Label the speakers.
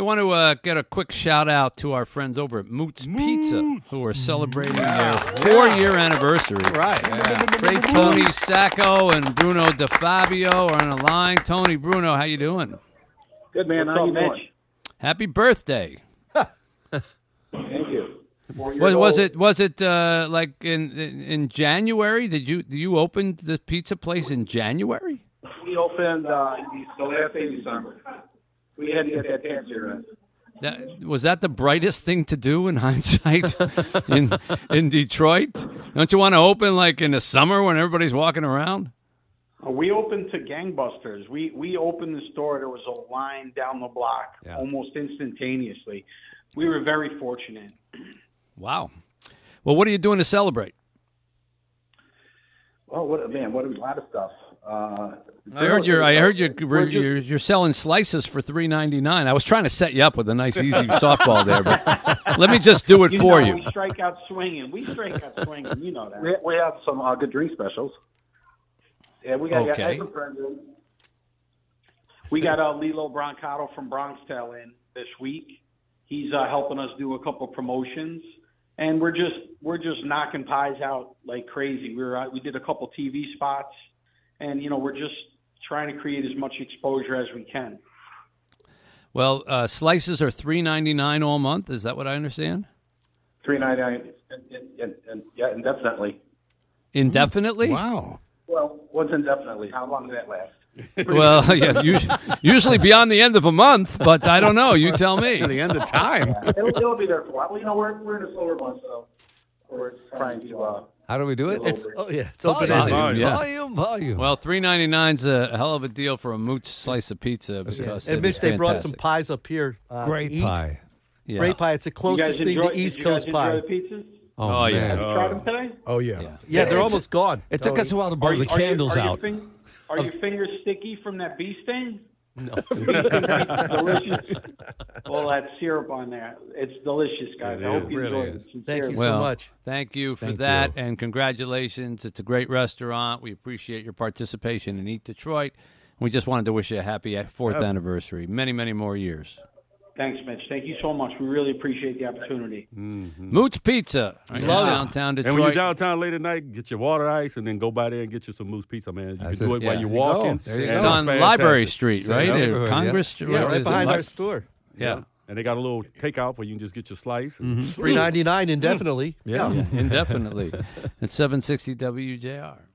Speaker 1: want to uh, get a quick shout out to our friends over at Moots, Pizza, who are celebrating their four-year anniversary.
Speaker 2: Right. Yeah.
Speaker 1: Great Tony Sacco and Bruno DeFabio are on the line. Tony, Bruno, how you doing?
Speaker 3: Good man. How you doing?
Speaker 1: Happy birthday!
Speaker 3: Thank you. Four years
Speaker 1: Was, was
Speaker 3: old.
Speaker 1: it was it uh, like in, in in January? Did you you opened the pizza place in January?
Speaker 3: We opened uh, the last day of December. We had to get that tax year in.
Speaker 1: That, was that the brightest thing to do in hindsight in in Detroit? Don't you want to open like in the summer when everybody's walking around?
Speaker 4: Uh, We opened to gangbusters. We we opened the store. There was a line down the block
Speaker 2: Yeah.
Speaker 4: almost instantaneously. We were very fortunate.
Speaker 1: Wow. Well, what are you doing to celebrate?
Speaker 3: Oh, what a man! What a lot of stuff. Uh,
Speaker 1: I heard you're I heard you're
Speaker 3: We're just-
Speaker 1: you're, you're selling slices for three ninety nine. I was trying to set you up with a nice easy softball there, but let me just do it
Speaker 4: You
Speaker 1: for
Speaker 4: know,
Speaker 1: you.
Speaker 4: we strike out swinging. We strike out swinging. You know
Speaker 3: we,
Speaker 4: that.
Speaker 3: we have some uh, good drink specials. Yeah, we got.
Speaker 1: Okay.
Speaker 3: Got, I
Speaker 4: We got uh, Lilo Brancato from Bronxtel in this week. He's uh, helping us do a couple promotions, and we're just we're just knocking pies out like crazy. We were out, we did a couple TV spots, and you know we're just trying to create as much exposure as we can.
Speaker 1: Well, uh, slices are three ninety nine all month. Is that what I understand?
Speaker 3: three ninety nine, and, and, and, and yeah, indefinitely.
Speaker 1: Indefinitely?
Speaker 2: Wow.
Speaker 3: Well, what's indefinitely? How long did that last?
Speaker 1: Well, yeah, us- usually beyond the end of a month, but I don't know. You tell me.
Speaker 2: The end of time.
Speaker 3: it'll, it'll be there for a while. Well, you know, we're we're in a slower month, so we're trying to. Uh,
Speaker 5: How do we do it?
Speaker 3: It's-
Speaker 5: oh yeah, it's
Speaker 2: open
Speaker 5: volume,
Speaker 2: ended.
Speaker 5: volume,
Speaker 1: Yeah.
Speaker 5: volume, volume.
Speaker 1: Well, three ninety nine's a hell of a deal for a mooch slice of pizza. Because
Speaker 6: And
Speaker 1: it
Speaker 6: Mitch,
Speaker 1: is
Speaker 6: they brought some
Speaker 1: fantastic.
Speaker 6: pies up here. Uh, to
Speaker 5: Great
Speaker 6: eat.
Speaker 5: pie.
Speaker 1: Yeah.
Speaker 6: Great pie. It's the
Speaker 4: You
Speaker 6: closest
Speaker 4: guys
Speaker 6: thing
Speaker 4: enjoy,
Speaker 6: to East
Speaker 4: did you guys
Speaker 6: Coast pie.
Speaker 4: enjoy the pizzas?
Speaker 1: Oh, yeah.
Speaker 5: man.
Speaker 4: Tried them today.
Speaker 2: Oh yeah.
Speaker 6: Yeah, they're
Speaker 5: It's-
Speaker 6: almost gone.
Speaker 5: It
Speaker 4: Oh,
Speaker 5: took us a while to
Speaker 4: Are
Speaker 5: blow
Speaker 4: you-
Speaker 5: the
Speaker 4: are you-
Speaker 5: candles
Speaker 4: are your
Speaker 5: out.
Speaker 4: fing- are your fingers sticky from that bee sting? No. delicious. All that syrup on there. It's delicious, guys. I hope you
Speaker 5: really
Speaker 4: enjoy
Speaker 5: is.
Speaker 4: it.
Speaker 6: Thank
Speaker 4: Sincerely.
Speaker 6: you
Speaker 1: Well,
Speaker 6: so much.
Speaker 1: thank you for
Speaker 5: Thank
Speaker 1: that,
Speaker 5: you.
Speaker 1: and congratulations. It's a great restaurant. We appreciate your participation in Eat Detroit. We just wanted to wish you a happy fourth anniversary, many, many more years.
Speaker 4: Thanks, Mitch. Thank you so much. We really appreciate the opportunity.
Speaker 1: Moots Pizza, right
Speaker 6: Love it.
Speaker 1: downtown Detroit.
Speaker 7: And when you're downtown late at night, get your water ice and then go by there and get you some moose pizza, man. You
Speaker 5: That's
Speaker 7: can do
Speaker 5: it.
Speaker 7: it,
Speaker 1: Yeah.
Speaker 7: while you're
Speaker 1: There you
Speaker 7: walking.
Speaker 5: There you
Speaker 7: And
Speaker 5: go.
Speaker 1: It's
Speaker 7: that's
Speaker 1: on Library
Speaker 7: fantastic.
Speaker 1: Street,
Speaker 5: Same
Speaker 1: right? Or
Speaker 5: neighborhood, yeah.
Speaker 1: Congress,
Speaker 6: Yeah,
Speaker 1: what is
Speaker 6: right
Speaker 1: it,
Speaker 6: behind our
Speaker 1: Lux?
Speaker 6: store.
Speaker 1: Yeah,
Speaker 7: And they got a little takeout where you can just get your slice. And
Speaker 5: Mm-hmm.
Speaker 6: Three ninety nine indefinitely.
Speaker 2: Yeah.
Speaker 1: indefinitely. It's 760 WJR.